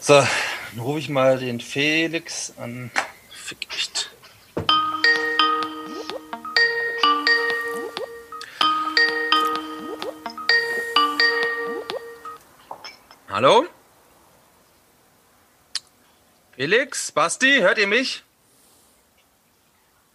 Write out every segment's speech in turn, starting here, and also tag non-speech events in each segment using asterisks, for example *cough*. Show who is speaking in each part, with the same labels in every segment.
Speaker 1: So, dann rufe ich mal den Felix an. Fick echt. Hallo? Felix, Basti, hört ihr mich?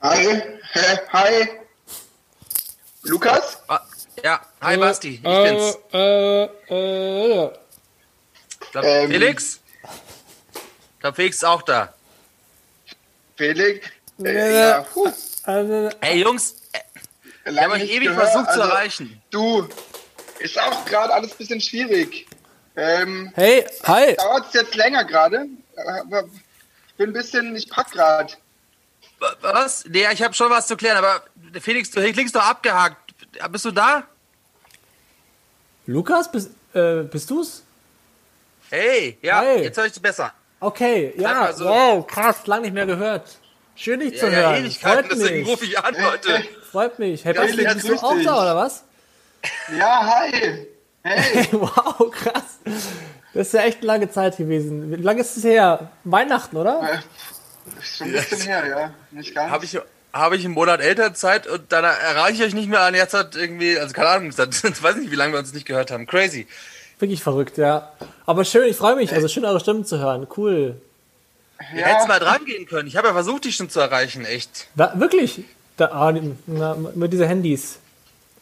Speaker 2: Hi, hä, hi. Lukas?
Speaker 1: Ah, ja, hi Basti, ich
Speaker 3: äh,
Speaker 1: bin's.
Speaker 3: Äh, äh, ja.
Speaker 1: Ich Glaub,
Speaker 2: ähm.
Speaker 1: Felix? Ich glaube, Felix ist auch da.
Speaker 2: Felix?
Speaker 3: Ja,
Speaker 2: Äh, ja, puh,
Speaker 3: also,
Speaker 1: Ey Jungs, ich
Speaker 2: lange
Speaker 1: habe euch
Speaker 2: nicht
Speaker 1: ewig
Speaker 2: gehört.
Speaker 1: versucht zu
Speaker 2: Also,
Speaker 1: erreichen.
Speaker 2: Du, ist auch gerade alles ein bisschen schwierig. Ähm,
Speaker 3: hey, hi.
Speaker 2: Dauert es jetzt länger gerade? Aber Ich bin ein bisschen, ich pack gerade.
Speaker 1: Wa- Was? Nee, ich habe schon was zu klären, aber Felix, du klingst doch abgehakt. Bist du da?
Speaker 3: Lukas, bist, äh, bist du's?
Speaker 1: Hey, ja,
Speaker 3: Hey.
Speaker 1: jetzt höre ich dich besser.
Speaker 3: Okay,
Speaker 1: Sag
Speaker 3: ja,
Speaker 1: mal so.
Speaker 3: wow, krass, lang nicht mehr gehört. Schön, dich zu hören. Freut
Speaker 1: deswegen rufe
Speaker 3: mich.
Speaker 1: ich an, Leute.
Speaker 3: Freut mich. Hey,
Speaker 2: Felix,
Speaker 3: Basti, bist du
Speaker 2: grüß
Speaker 3: auch
Speaker 2: dich.
Speaker 3: da, oder was?
Speaker 2: Äh, Ja, hi. Hey,
Speaker 3: *laughs* wow, krass. Das ist ja echt eine lange Zeit gewesen. Wie lange ist es her? Weihnachten, oder?
Speaker 2: ist schon ein bisschen her, ja. Nicht ganz.
Speaker 1: Habe ich, *laughs* hab ich einen Monat Elternzeit und dann erreiche ich euch nicht mehr an. Jetzt hat irgendwie, also keine Ahnung, *laughs* das, ich weiß nicht, wie lange wir uns nicht gehört haben. Crazy.
Speaker 3: Wirklich verrückt, ja. Aber schön, ich freue mich. Also schön, eure Stimmen zu hören. Cool.
Speaker 1: Ja. Hättest mal dran gehen können. Ich habe ja versucht, dich schon zu erreichen, echt.
Speaker 3: Da, wirklich? Da, ah, na, mit diesen Handys.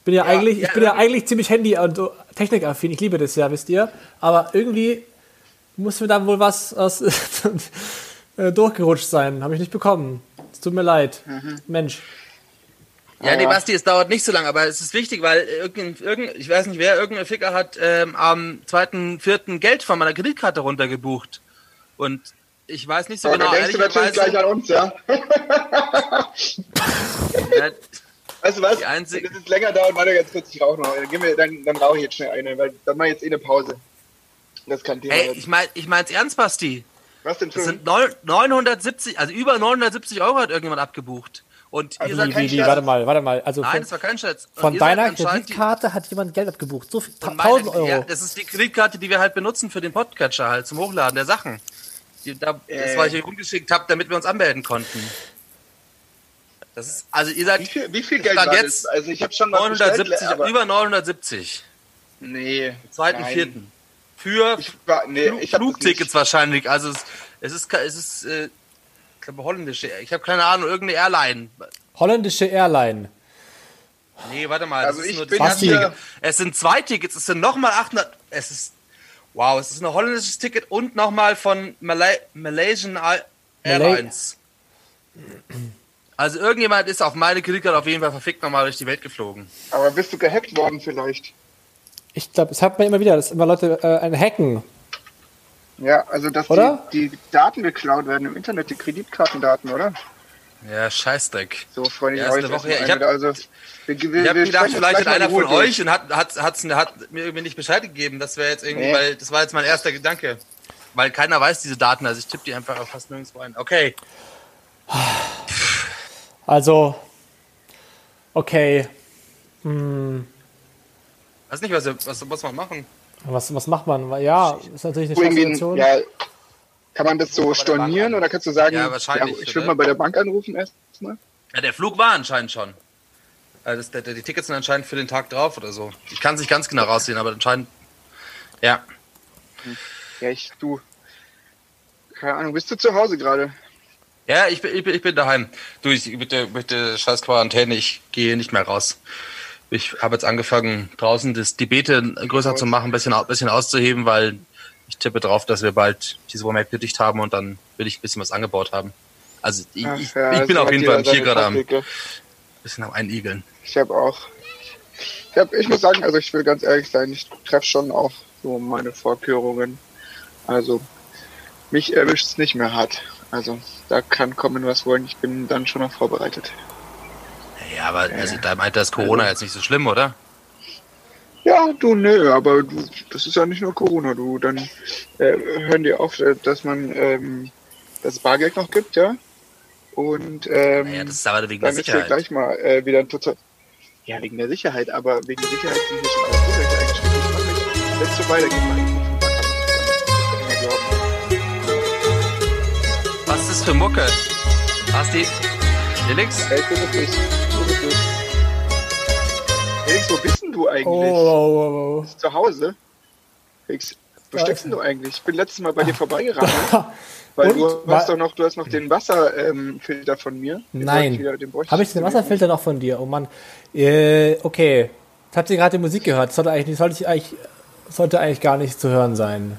Speaker 3: Ich bin ja, eigentlich, ich
Speaker 1: ja,
Speaker 3: bin ja
Speaker 1: irgendwie.
Speaker 3: eigentlich ziemlich Handy- und so technikaffin. Ich liebe das ja, wisst ihr. Aber irgendwie muss mir da wohl was aus, *laughs* äh, durchgerutscht sein. Habe ich nicht bekommen. Es tut mir leid.
Speaker 1: Mhm.
Speaker 3: Mensch.
Speaker 2: Ah,
Speaker 1: Ja, nee, Basti, es dauert nicht so lange, aber es ist wichtig, weil irgendein, irgendein ich weiß nicht wer, irgendein Ficker hat ähm, am 2.4. Geld von meiner Kreditkarte runtergebucht. Und ich weiß nicht so
Speaker 2: Aber
Speaker 1: genau,
Speaker 2: da denkst du natürlich
Speaker 1: ehrlicherweise,
Speaker 2: gleich an uns, ja.
Speaker 1: ja,
Speaker 2: Weißt du was?
Speaker 1: Die einzige-
Speaker 2: Wenn es länger dauert, warte ganz kurz, ich rauche noch. Dann, gehen wir, dann, dann rauche ich jetzt schnell eine, weil dann mache ich jetzt eh eine Pause. Das kann Thema
Speaker 1: ey,
Speaker 2: werden.
Speaker 1: Äh, ich meine ich mein's ernst, Basti.
Speaker 2: Was denn
Speaker 1: Das
Speaker 2: für
Speaker 1: sind neun- 970, also über 970 Euro hat irgendjemand abgebucht. Und
Speaker 2: Also
Speaker 1: ihr seid
Speaker 3: Wie,
Speaker 1: kein
Speaker 3: wie, wie,
Speaker 1: Scherz.
Speaker 3: warte mal, warte mal. Also
Speaker 1: Nein,
Speaker 3: von,
Speaker 1: das war kein Scherz. Und
Speaker 3: von
Speaker 1: ihr seid
Speaker 3: deiner
Speaker 1: anscheinend die-
Speaker 3: Kreditkarte hat jemand Geld abgebucht. So viel,
Speaker 1: von meiner-
Speaker 3: 1000 Euro.
Speaker 1: Ja, das ist die Kreditkarte, die wir halt benutzen für den Podcatcher halt zum Hochladen der Sachen. Die, da, Das
Speaker 2: Äh.
Speaker 1: war ich euch rumgeschickt habe, damit wir uns anmelden konnten. Das ist, also ihr seid
Speaker 2: wie viel, wie viel Geld
Speaker 1: Stand
Speaker 2: war
Speaker 1: jetzt
Speaker 2: das? Also ich habe schon was
Speaker 1: 970,
Speaker 2: bestellt, aber
Speaker 1: über 970.
Speaker 2: nee,
Speaker 1: Zweiten,
Speaker 2: nein.
Speaker 1: vierten. Für
Speaker 2: Ich war, nee,
Speaker 1: Flu-
Speaker 2: ich hab das
Speaker 1: Flugtickets wahrscheinlich. Also es, es ist, ke- es ist äh, ich glaube, holländische. Ich habe keine Ahnung, irgendeine Airline.
Speaker 3: Holländische Airline.
Speaker 1: Nee, warte mal.
Speaker 2: Also
Speaker 1: das ist
Speaker 2: ich
Speaker 1: nur
Speaker 2: bin
Speaker 1: das
Speaker 3: hier-
Speaker 1: Ticket. Es sind zwei Tickets, es sind nochmal 800. Es ist. Wow, es ist ein holländisches Ticket und nochmal von Malay Malaysian Al- Airlines. Also irgendjemand ist auf meine Kreditkarte auf jeden Fall verfickt nochmal durch die Welt geflogen.
Speaker 2: Nicht. Aber bist du gehackt worden vielleicht?
Speaker 3: Ich glaube, das hat man immer wieder, dass immer Leute äh, ein Hacken.
Speaker 2: Ja, also dass
Speaker 3: Oder?
Speaker 2: Die, die Daten geklaut werden im Internet, die Kreditkartendaten, oder?
Speaker 1: Ja, Scheißdreck.
Speaker 2: So, Freunde,
Speaker 1: Ja,
Speaker 2: hau
Speaker 1: ist eine
Speaker 2: jetzt
Speaker 1: Woche her.
Speaker 2: erstmal
Speaker 1: Ich hab-
Speaker 2: wieder. also, wir, wir,
Speaker 1: Ich habe
Speaker 2: wir
Speaker 1: gedacht,
Speaker 2: sprechen
Speaker 1: vielleicht
Speaker 2: gleich
Speaker 1: hat
Speaker 2: mal in
Speaker 1: einer
Speaker 2: Ruhe
Speaker 1: von
Speaker 2: durch.
Speaker 1: euch und hat, hat, hat's, hat mir irgendwie nicht Bescheid gegeben. Das wäre jetzt irgendwie,
Speaker 2: Nee.
Speaker 1: weil das war jetzt mein erster Gedanke. Weil keiner weiß diese Daten, also ich tippe die einfach auf fast nirgendwo ein. Okay.
Speaker 3: Also, okay,
Speaker 1: Weiß nicht, was, was muss man machen?
Speaker 3: was, was macht man? Ja, ist natürlich eine schwache
Speaker 2: Irgendwie,
Speaker 3: Situation.
Speaker 2: ja, kann man das so
Speaker 1: bei der Bank
Speaker 2: stornieren
Speaker 1: an.
Speaker 2: oder kannst du sagen,
Speaker 1: Ja, wahrscheinlich,
Speaker 2: ich würde
Speaker 1: oder?
Speaker 2: mal bei der Bank anrufen erstmal?
Speaker 1: Ja, der Flug war anscheinend schon. Also das, der, der, die Tickets sind anscheinend für den Tag drauf oder so. Ich kann es nicht ganz genau raussehen, aber anscheinend. Ja.
Speaker 2: Ja, ich, du. Keine Ahnung, bist du zu Hause gerade?
Speaker 1: Ja, ich bin, ich bin, ich bin daheim. Du, ich mit der, mit der scheiß Quarantäne, ich gehe nicht mehr raus. Ich habe jetzt angefangen, draußen das, die Beete größer zu machen, ein bisschen, au- bisschen auszuheben, weil ich tippe drauf, dass wir bald die Supermärkte dicht haben und dann will ich ein bisschen was angebaut haben. Also ich,
Speaker 2: Ach
Speaker 1: ich,
Speaker 2: ja,
Speaker 1: ich bin
Speaker 2: so
Speaker 1: auf
Speaker 2: hat
Speaker 1: jeden
Speaker 2: jeder
Speaker 1: Fall hier
Speaker 2: seine
Speaker 1: gerade am
Speaker 2: Taktik, ja.
Speaker 1: bisschen am Einigeln.
Speaker 2: Ich habe auch. Ich, hab, ich muss sagen, also ich will ganz ehrlich sein, ich treffe schon auch so meine Vorkehrungen. Also mich erwischt es nicht mehr hart. Also da kann kommen, was wollen. Ich bin dann schon noch vorbereitet.
Speaker 1: Ja, aber also, da meint das Corona jetzt nicht so schlimm, oder?
Speaker 2: Ja, du, nö, aber du, das ist ja nicht nur Corona, du. Dann äh, hören die auf, äh, dass man ähm, das Bargeld noch gibt, ja. Und ähm,
Speaker 1: Naja, das ist aber wegen der
Speaker 2: Dann ist hier
Speaker 1: Sicherheit.
Speaker 2: gleich mal äh, wieder ein total. Ja, wegen der Sicherheit, aber wegen der Sicherheit sind wir schon alle Vorrechte eingeschränkt. Ich mach mich, wenn es so weitergeht, mal ich rufe mal an. Das kann man glauben.
Speaker 1: das für Mucke? Asti, Felix?
Speaker 2: Ey, guck auf mich. Guck auf mich. Felix, wo bist denn du eigentlich?
Speaker 3: Oh, oh, oh,
Speaker 2: Bist du Zu Hause? Felix, wo
Speaker 3: Ja.
Speaker 2: steckst denn du eigentlich? Ich bin letztes Mal
Speaker 3: *laughs*
Speaker 2: bei dir vorbeigerannt. ne?
Speaker 3: oh.
Speaker 2: Weil
Speaker 3: Und?
Speaker 2: du
Speaker 3: Wa-
Speaker 2: hast doch noch, du hast noch den Wasserfilter ähm, Filter von mir. Den wollte ich
Speaker 3: Nein.
Speaker 2: wieder- den bräuchte
Speaker 3: Habe ich den
Speaker 2: wieder.
Speaker 3: Wasserfilter noch von dir? Oh Mann. Äh, okay. Jetzt habt ihr gerade die Musik gehört. Das sollte eigentlich, sollte, ich eigentlich, sollte eigentlich gar nicht zu hören sein.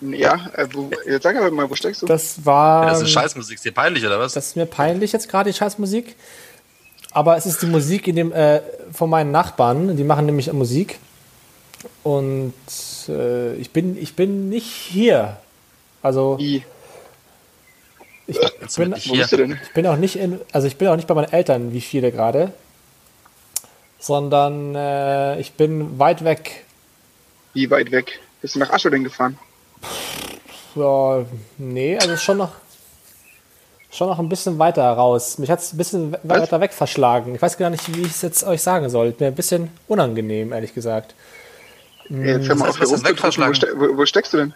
Speaker 2: Ja, äh, wo, jetzt sag aber mal, wo steckst du?
Speaker 3: Das war.
Speaker 1: Das ist Scheißmusik, ist dir peinlich, oder was?
Speaker 3: Ähm, Das ist mir peinlich jetzt gerade, die Scheißmusik. Aber es ist die Musik in dem, äh, von meinen Nachbarn. Die machen nämlich Musik. Und äh, ich, bin, ich bin nicht hier. Also
Speaker 2: Wie?
Speaker 3: ich
Speaker 1: Jetzt
Speaker 3: bin,
Speaker 1: bin ich
Speaker 2: Wo
Speaker 1: hier.
Speaker 2: bist du denn?
Speaker 3: ich bin auch nicht in, also ich bin auch nicht bei meinen Eltern wie viele gerade. Sondern äh, ich bin weit weg.
Speaker 2: Wie weit weg? Bist du nach Ascho denn gefahren?
Speaker 3: Ja, nee, also schon noch schon noch ein bisschen weiter raus. Mich hat es ein bisschen we-
Speaker 2: Was?
Speaker 3: weiter weg verschlagen. Ich weiß gar nicht, wie ich es jetzt euch sagen soll. Mir ein bisschen unangenehm, ehrlich gesagt. Mm.
Speaker 2: Ey, Äh, jetzt hör mal
Speaker 1: Das
Speaker 2: auf,
Speaker 1: heißt,
Speaker 2: hier
Speaker 1: du bist
Speaker 2: rumzudrücken. wo,
Speaker 1: wegverschlagen.
Speaker 2: ste wo, wo steckst du denn?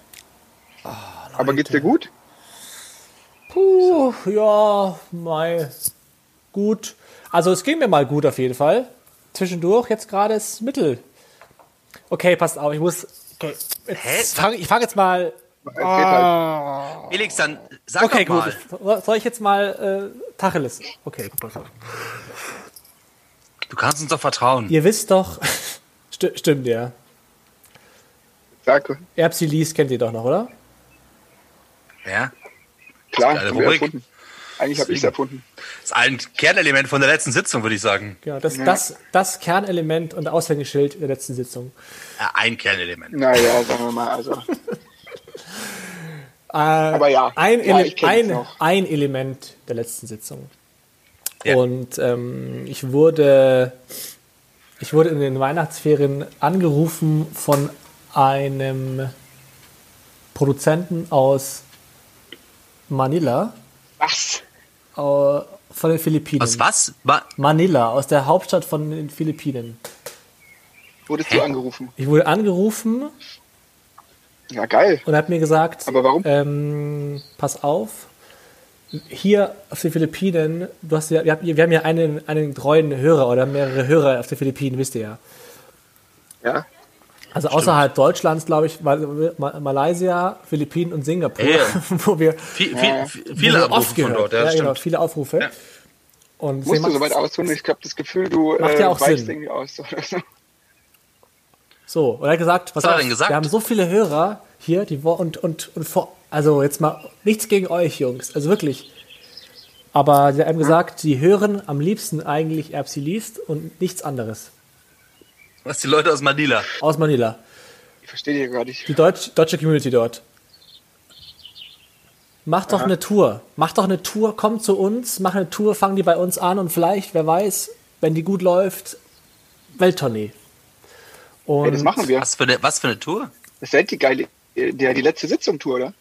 Speaker 3: Ah,
Speaker 2: aber geht's dir gut?
Speaker 3: Puh, ja, mei. Gut. Also es ging mir mal gut auf jeden Fall. Zwischendurch, jetzt gerade ist Mittel. Okay, passt auf, ich muss. Okay,
Speaker 1: Hä?
Speaker 3: jetzt fang, ich fange jetzt mal.
Speaker 2: Erzähl
Speaker 3: Ah.
Speaker 2: halt.
Speaker 1: Felix, dann sag
Speaker 3: Okay,
Speaker 1: doch mal.
Speaker 3: gut. So- Soll ich jetzt mal äh, Tacheles? Okay, gut.
Speaker 1: Du kannst uns doch vertrauen.
Speaker 3: Ihr wisst doch. *laughs* Sti- Stimmt, ja.
Speaker 2: Sag,
Speaker 3: Erbsi Lees kennt ihr doch noch, oder?
Speaker 1: Ja?
Speaker 2: klar,
Speaker 1: Geile
Speaker 2: haben wir
Speaker 1: Rubrik.
Speaker 2: erfunden. Eigentlich habe ich's erfunden.
Speaker 1: Das ist ein Kernelement von der letzten Sitzung, würde ich sagen.
Speaker 3: Genau, das, das, das Kernelement und Aushängeschild der letzten Sitzung.
Speaker 1: Ja, ein Kernelement.
Speaker 2: Naja, sagen wir mal, also.
Speaker 3: *laughs* Aber
Speaker 2: ja,
Speaker 3: Äh, ein,
Speaker 2: ja,
Speaker 3: Ele
Speaker 2: ich kenn's
Speaker 3: ein,
Speaker 2: noch.
Speaker 3: ein Element der letzten Sitzung.
Speaker 1: Ja.
Speaker 3: Und ähm, ich wurde ich wurde in den Weihnachtsferien angerufen von einem Produzenten aus Manila,
Speaker 2: Was?
Speaker 3: äh, von den Philippinen.
Speaker 1: Was, was? Wa-
Speaker 3: Manila, aus der Hauptstadt von den Philippinen.
Speaker 2: Wurdest
Speaker 1: Hä?
Speaker 2: du angerufen?
Speaker 3: Ich wurde angerufen
Speaker 2: Ja, geil.
Speaker 3: und er hat mir gesagt,
Speaker 2: Aber warum?
Speaker 3: Ähm, pass auf, hier auf den Philippinen, du hast ja, wir, haben, wir haben ja einen, einen treuen Hörer oder mehrere Hörer auf den Philippinen, wisst ihr ja.
Speaker 2: Ja.
Speaker 3: Also außerhalb Deutschlands, glaube ich, Mal Mal- Malaysia, Philippinen und Singapur,
Speaker 1: Ja.
Speaker 3: *laughs* wo wir
Speaker 1: Viel, viel, viel,
Speaker 3: wo wir
Speaker 1: viele Abrufe von
Speaker 3: gehört.
Speaker 1: dort, ja,
Speaker 3: ja, genau,
Speaker 1: stimmt.
Speaker 3: viele Aufrufe. Und deswegen
Speaker 2: Musst du so
Speaker 3: macht's-
Speaker 2: weit ausholen? Ich habe das Gefühl, du
Speaker 3: Macht
Speaker 2: äh,
Speaker 3: ja auch
Speaker 2: weichst
Speaker 3: Sinn.
Speaker 2: irgendwie aus. oder so. *laughs*
Speaker 3: So, und er hat gesagt, was
Speaker 1: hat er denn gesagt?
Speaker 3: wir haben so viele Hörer hier, die wo- und, und, und vor, also jetzt mal nichts gegen euch, Jungs, also wirklich. Aber sie haben gesagt, sie hören am liebsten eigentlich Erbsi liest und nichts anderes. genau.
Speaker 1: Was die Leute aus Manila.
Speaker 3: Aus Manila.
Speaker 2: Ich verstehe dich gar nicht.
Speaker 3: Die Deutsch, deutsche Community dort. Macht doch eine Tour. Macht doch eine Tour, kommt zu uns, macht eine Tour, fangen die bei uns an und vielleicht, wer weiß, wenn die gut läuft, Welttournee. Und
Speaker 2: Ey, das machen wir.
Speaker 1: Was für eine, was für eine Tour?
Speaker 2: Das ist die geile, äh, der, die letzte Sitzung-Tour, oder?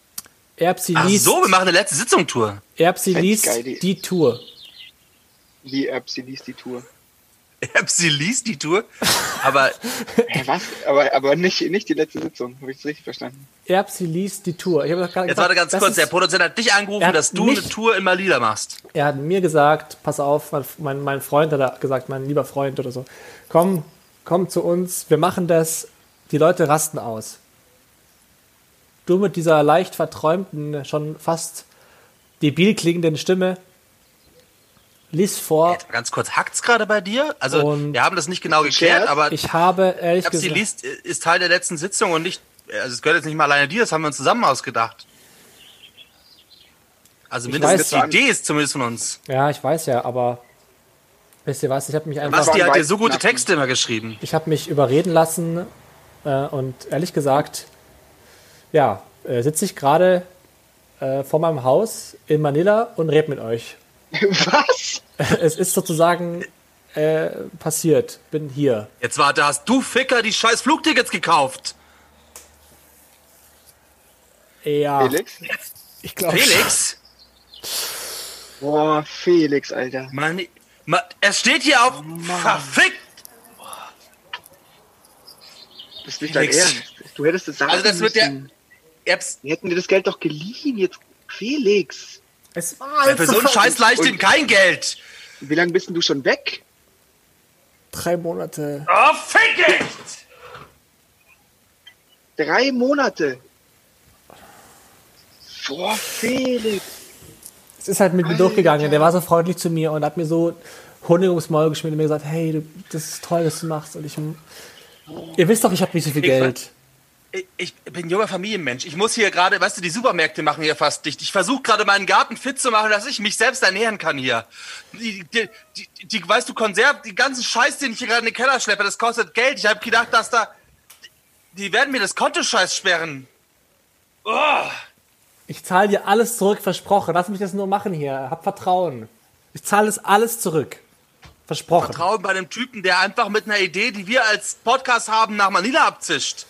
Speaker 3: Erbsi
Speaker 1: Ach
Speaker 3: liest,
Speaker 1: so, wir machen eine letzte *laughs* Sitzung-Tour.
Speaker 3: Erbsi
Speaker 2: Fett
Speaker 3: liest
Speaker 2: geil, die-
Speaker 3: die Tour.
Speaker 2: Die App, sie liest die Tour.
Speaker 1: Sie liest die *laughs* Tour, aber
Speaker 2: Hä, Äh, was? Aber, aber nicht, nicht die letzte Sitzung. Habe ich es richtig verstanden? *laughs*
Speaker 3: Erbsi liest die Tour. Ich habe doch gerade
Speaker 1: jetzt
Speaker 3: gesagt,
Speaker 1: warte ganz
Speaker 3: das
Speaker 1: kurz,
Speaker 3: ist-
Speaker 1: der Produzent hat dich
Speaker 3: Er
Speaker 1: angerufen,
Speaker 3: hat
Speaker 1: dass du eine
Speaker 3: mich-
Speaker 1: Tour in Manila machst.
Speaker 3: er hat mir gesagt, pass auf, mein, mein, mein Freund hat er gesagt, mein lieber Freund oder so, komm, komm zu uns, wir machen das, die Leute rasten aus. Du mit dieser leicht verträumten, schon fast debil klingenden Stimme, lies vor,
Speaker 1: Ganz kurz, hackt's gerade bei dir? Also,
Speaker 3: Oh. Und-
Speaker 1: wir haben das nicht genau geklärt,
Speaker 2: Scherz?
Speaker 1: aber ich
Speaker 3: ich habe ehrlich
Speaker 1: glaube, sie
Speaker 3: gesagt...
Speaker 1: liest äh, ist Teil der letzten Sitzung und nicht, also es gehört jetzt nicht mal alleine dir, das haben wir uns zusammen ausgedacht. Also mindestens
Speaker 3: weiß-
Speaker 1: die Idee ist zumindest von uns.
Speaker 3: Ja, ich weiß ja, aber wisst ihr was, ich habe mich einfach...
Speaker 1: Basti
Speaker 2: waren
Speaker 1: hat dir
Speaker 2: weit
Speaker 1: so gute
Speaker 2: knacken.
Speaker 1: Texte immer geschrieben.
Speaker 3: Ich habe mich überreden lassen äh, und ehrlich gesagt, ja, äh, sitze ich gerade äh, vor meinem Haus in Manila und rede mit euch. *laughs*
Speaker 2: Was?
Speaker 3: es ist sozusagen äh, passiert, bin hier.
Speaker 1: Jetzt warte, hast du Ficker die scheiß Flugtickets gekauft?
Speaker 3: Ja,
Speaker 2: Felix?
Speaker 3: ich glaube.
Speaker 1: Felix?
Speaker 2: Boah, Felix, Alter.
Speaker 1: Mann, ma, es steht hier auf verfickt.
Speaker 2: Das ist nicht dein
Speaker 1: Felix.
Speaker 2: Ernst. Du hättest es sagen
Speaker 1: Also das Also wird der
Speaker 2: müssen.
Speaker 1: Erbs,
Speaker 2: Wir hätten dir das Geld doch geliehen jetzt. Felix.
Speaker 3: Es war
Speaker 1: Weil für so einen
Speaker 3: voll-
Speaker 1: Scheiß leicht ihm kein Geld.
Speaker 2: Wie lange bist denn du schon weg?
Speaker 3: *laughs* Drei Monate.
Speaker 1: Oh, fick it!
Speaker 2: Drei Monate. Boah, Felix.
Speaker 3: Es ist halt mit mir durchgegangen. Der war so freundlich zu mir und hat mir so Honig ums Maul geschmiert und mir gesagt, hey, du, das ist toll, was du machst. Und ich, ihr wisst doch, ich habe nicht so viel
Speaker 1: Ich
Speaker 3: Geld.
Speaker 1: Ich- Ich bin junger Familienmensch. Ich muss hier gerade, weißt du, die Supermärkte machen hier fast dicht. Ich versuche gerade meinen Garten fit zu machen, dass ich mich selbst ernähren kann hier. Die, die, die, die weißt du, Konserv, die ganzen Scheiß, den ich hier gerade in den Keller schleppe, das kostet Geld. Ich habe gedacht, dass da. Die werden mir das Konto scheiß sperren. Oh,
Speaker 3: Ich zahle dir alles zurück, versprochen. Lass mich das nur machen hier. Hab Vertrauen. Ich zahle das alles zurück. Versprochen.
Speaker 1: Traum bei dem Typen, der einfach mit einer Idee, die wir als Podcast haben, nach Manila abzischt.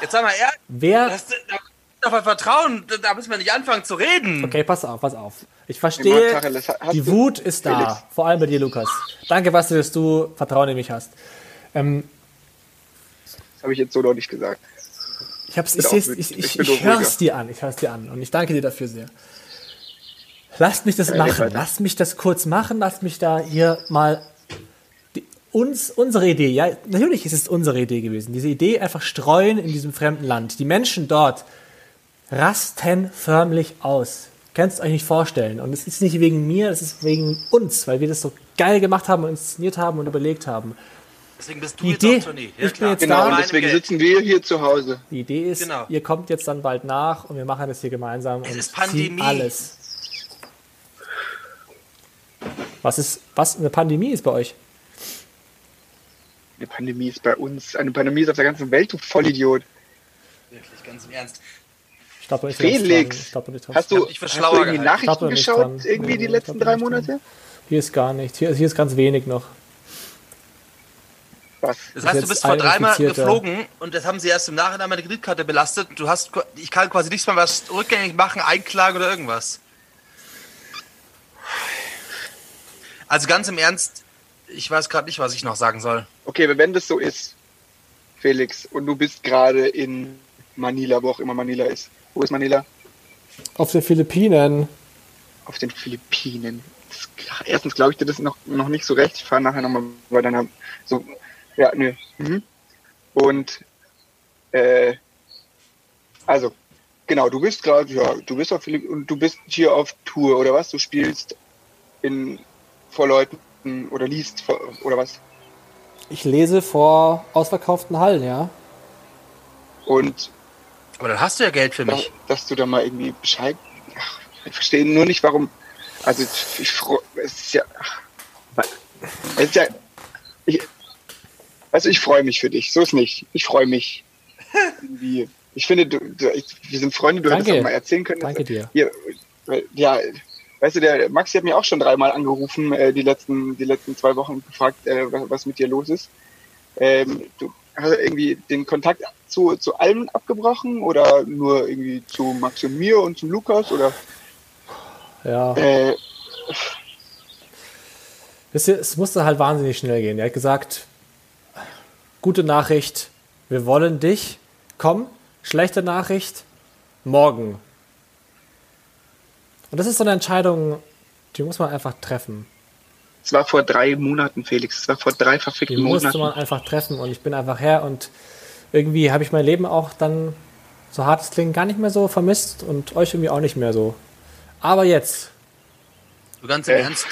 Speaker 1: Jetzt sag mal ehrlich,
Speaker 3: Wer.
Speaker 1: das, da, da Vertrauen, da, da müssen wir nicht anfangen zu reden.
Speaker 3: Okay, pass auf, pass auf. Ich
Speaker 2: Immer
Speaker 3: verstehe,
Speaker 2: Tacheles. Hast
Speaker 3: die
Speaker 2: du-
Speaker 3: Wut ist da.
Speaker 2: Felix.
Speaker 3: Vor allem bei dir, Lukas. Danke, Basti, dass du Vertrauen in mich hast. Ähm,
Speaker 2: Das habe ich jetzt so noch nicht gesagt.
Speaker 3: Ich, hab's,
Speaker 2: bin
Speaker 3: ich, seh's,
Speaker 2: auch
Speaker 3: ich,
Speaker 2: wütend. Ich
Speaker 3: ich,
Speaker 2: bin
Speaker 3: ich
Speaker 2: unruhiger.
Speaker 3: hör's dir an, ich hör's dir an und ich danke dir dafür sehr. Lasst mich das
Speaker 2: red
Speaker 3: machen,
Speaker 2: Äh, weiter.
Speaker 3: lasst mich das kurz machen, lasst mich da hier mal die, uns unsere Idee, ja, natürlich ist es unsere Idee gewesen, diese Idee einfach streuen in diesem fremden Land. Die Menschen dort rasten förmlich aus. Kannst euch nicht vorstellen. Und es ist nicht wegen mir, es ist wegen uns, weil wir das so geil gemacht haben und inszeniert haben und überlegt haben.
Speaker 1: Deswegen bist du
Speaker 3: Die
Speaker 1: jetzt
Speaker 3: Idee-
Speaker 1: auf Tournee.
Speaker 3: ich bin jetzt
Speaker 1: Mit
Speaker 3: da.
Speaker 2: Genau,
Speaker 1: meinem
Speaker 2: und deswegen
Speaker 1: Geld.
Speaker 2: sitzen wir hier zu Hause.
Speaker 3: Die Idee ist,
Speaker 1: Genau.
Speaker 3: ihr kommt jetzt dann bald nach und wir machen das hier gemeinsam und
Speaker 1: ist
Speaker 3: ziehen
Speaker 1: Pandemie.
Speaker 3: alles. Was ist, was eine Pandemie ist bei euch?
Speaker 2: Eine Pandemie ist bei uns. Eine Pandemie ist auf der ganzen Welt, du Vollidiot.
Speaker 1: Wirklich, ganz im Ernst.
Speaker 3: Ich glaube nicht, ganz dran.
Speaker 2: Felix,
Speaker 3: ich glaube nicht, ganz
Speaker 2: hast du,
Speaker 1: Ich hab dich für
Speaker 2: hast du
Speaker 1: schlauer
Speaker 2: irgendwie
Speaker 1: gehalten.
Speaker 3: Ich hab
Speaker 2: Nachrichten
Speaker 3: doch nicht
Speaker 2: geschaut,
Speaker 3: dran.
Speaker 2: irgendwie
Speaker 3: Nee,
Speaker 2: die
Speaker 3: ich
Speaker 2: letzten
Speaker 3: hab
Speaker 2: drei
Speaker 3: doch nicht
Speaker 2: Monate?
Speaker 3: dran. Hier ist gar nichts. Hier, hier ist ganz wenig noch.
Speaker 2: Was?
Speaker 1: Das heißt,
Speaker 3: jetzt
Speaker 1: du bist vor
Speaker 3: ein
Speaker 1: dreimal
Speaker 3: Infizierter.
Speaker 1: geflogen und das haben sie erst im Nachhinein meine Kreditkarte belastet. Du hast, ich kann quasi nichts mehr was rückgängig machen, einklagen oder irgendwas. Also ganz im Ernst, ich weiß gerade nicht, was ich noch sagen soll.
Speaker 2: Okay, wenn das so ist, Felix, und du bist gerade in Manila, wo auch immer Manila ist. Wo ist Manila?
Speaker 3: Auf den Philippinen.
Speaker 2: Auf den Philippinen. Das- Erstens glaube ich dir das noch, noch nicht so recht. Ich fahre nachher nochmal bei deiner. So, ja, nö. Mhm. Und äh, also, genau, du bist gerade, ja, du bist auf Philipp und du bist hier auf Tour oder was? Du spielst in vor Leuten oder liest vor, oder was?
Speaker 3: Ich lese vor ausverkauften Hallen, ja.
Speaker 2: Und
Speaker 1: Aber dann hast du ja Geld für
Speaker 2: Da-
Speaker 1: mich.
Speaker 2: dass du da mal irgendwie Bescheid. Ach, ich verstehe nur nicht, warum. Also ich, ich fro- es ist ja. ach, Es ist ja. Ich, also ich freue mich für dich. So ist nicht. Ich freue mich. Irgendwie. Ich finde, du, du, ich, wir sind Freunde, du hättest
Speaker 3: Danke.
Speaker 2: auch mal erzählen können.
Speaker 3: Danke dir.
Speaker 2: Hier, äh, ja, weißt du, der Maxi hat mir auch schon dreimal angerufen, äh, die letzten, die letzten zwei Wochen und gefragt, äh, was, was mit dir los ist. Ähm, du hast du irgendwie den Kontakt zu, zu allen abgebrochen oder nur irgendwie zu Max und mir und zu Lukas oder
Speaker 3: Ja.
Speaker 2: äh,
Speaker 3: Wisst ihr, es musste halt wahnsinnig schnell gehen. Er hat gesagt, gute Nachricht, wir wollen dich, komm, schlechte Nachricht, morgen. Und das ist so eine Entscheidung, die muss man einfach treffen.
Speaker 2: es war vor drei Monaten, Felix, es war vor drei
Speaker 3: Die
Speaker 2: verfickten
Speaker 3: musste
Speaker 2: Monaten.
Speaker 3: man einfach treffen und ich bin einfach her und irgendwie habe ich mein Leben auch dann, so hart es klingt, gar nicht mehr so vermisst und euch irgendwie auch nicht mehr so. Aber jetzt,
Speaker 1: Du ganz im
Speaker 2: Äh,
Speaker 1: Ernst.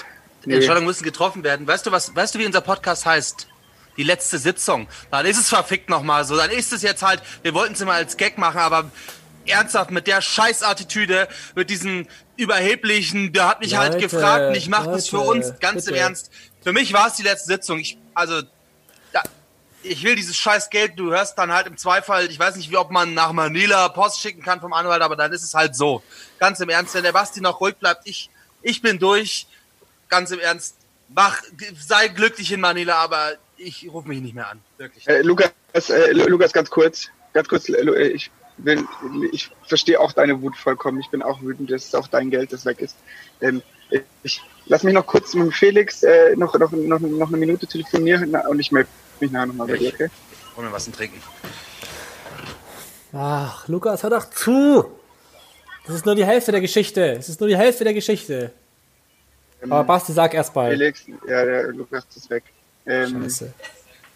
Speaker 2: nee.
Speaker 1: Entscheidungen müssen getroffen werden. Weißt du was, weißt du, wie unser Podcast heißt? Die letzte Sitzung. Dann ist es verfickt nochmal so. Dann ist es jetzt halt, wir wollten es immer als Gag machen, aber ernsthaft mit der Scheißattitüde, mit diesem überheblichen, der hat mich halt
Speaker 3: Leute,
Speaker 1: gefragt und ich mach das für
Speaker 3: Leute,
Speaker 1: uns. Ganz im
Speaker 3: bitte.
Speaker 1: Ernst. Für mich war es die letzte Sitzung. Ich, also, da, ich will dieses scheiß Geld, du hörst dann halt im Zweifel, ich weiß nicht, wie ob man nach Manila Post schicken kann vom Anwalt, aber dann ist es halt so. Ganz im Ernst, wenn der Basti noch ruhig bleibt, ich, ich bin durch. Ganz im Ernst, mach, sei glücklich in Manila, aber ich rufe mich nicht mehr an. Wirklich.
Speaker 2: Äh, Lukas, äh, Lu- Lukas, ganz kurz, ganz kurz, äh, Lu- äh, ich will, ich verstehe auch deine Wut vollkommen. Ich bin auch wütend, dass auch dein Geld, das weg ist. Ähm, ich lass mich noch kurz mit dem Felix äh, noch, noch, noch, noch eine Minute telefonieren na, und ich melde mich nachher nochmal bei dir, okay?
Speaker 1: Hol mir was zu trinken.
Speaker 3: ach, Lukas, hör doch zu! Das ist nur die Hälfte der Geschichte. Es ist nur die Hälfte der Geschichte.
Speaker 2: Ähm,
Speaker 3: Aber Basti, sag erst mal.
Speaker 2: Felix, ja, der Lukas ist weg. Ähm,
Speaker 3: Scheiße.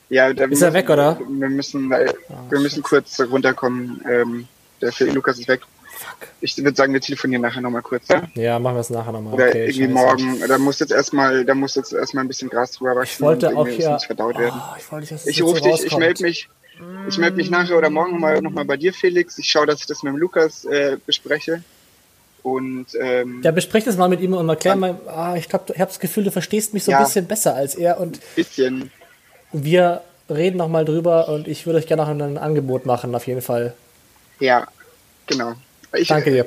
Speaker 2: ja, da
Speaker 3: Ist er weg, oder?
Speaker 2: Wir müssen, weil,
Speaker 3: Ah,
Speaker 2: wir müssen kurz runterkommen. Ähm, der Fel Lukas ist weg.
Speaker 3: Fuck.
Speaker 2: Ich würde sagen, wir telefonieren nachher nochmal kurz. Ne?
Speaker 3: Ja, machen wir es nachher nochmal.
Speaker 2: Oder
Speaker 3: Okay,
Speaker 2: irgendwie
Speaker 3: scheiße.
Speaker 2: morgen. Da muss jetzt erstmal, da muss jetzt erstmal ein bisschen Gras drüber wachsen.
Speaker 3: Ich wollte
Speaker 2: und
Speaker 3: auch
Speaker 2: irgendwie muss
Speaker 3: hier.
Speaker 2: es verdaut werden.
Speaker 3: Oh, ich wollte, dass es
Speaker 2: Ich
Speaker 3: jetzt
Speaker 2: rufe
Speaker 3: so
Speaker 2: dich, ich
Speaker 3: rauskommt.
Speaker 2: melde mich. Ich melde mich nachher oder morgen mal nochmal bei dir, Felix. Ich schaue, dass ich das mit dem Lukas äh, bespreche. Und ähm,
Speaker 3: Ja, besprich das mal mit ihm und erklär mal. Ah, ich glaube, ich habe das Gefühl, du verstehst mich so ein
Speaker 2: Ja.
Speaker 3: bisschen besser als er und
Speaker 2: bisschen.
Speaker 3: wir reden nochmal drüber und ich würde euch gerne auch ein Angebot machen, auf jeden Fall.
Speaker 2: Ja, genau. Ich,
Speaker 3: Danke dir.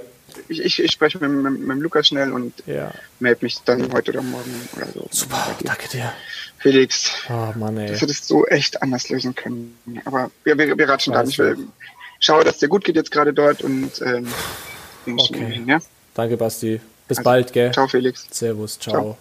Speaker 2: Ich, ich, ich spreche mit, mit, mit dem Lukas schnell und
Speaker 3: Ja.
Speaker 2: melde mich dann heute oder morgen oder so.
Speaker 3: Super, danke dir.
Speaker 2: Felix,
Speaker 3: Oh Mann, ey.
Speaker 2: das hättest du echt anders lösen können. Aber wir, wir, wir ratschen da
Speaker 3: Weiß
Speaker 2: nicht. Wir schauen, dass dir gut geht jetzt gerade dort und ähm, wir müssen
Speaker 3: Okay.
Speaker 2: hin, ja?
Speaker 3: Danke, Basti. Bis bald, gell?
Speaker 2: Also, Ciao, Felix.
Speaker 3: Servus, ciao.
Speaker 2: Ciao.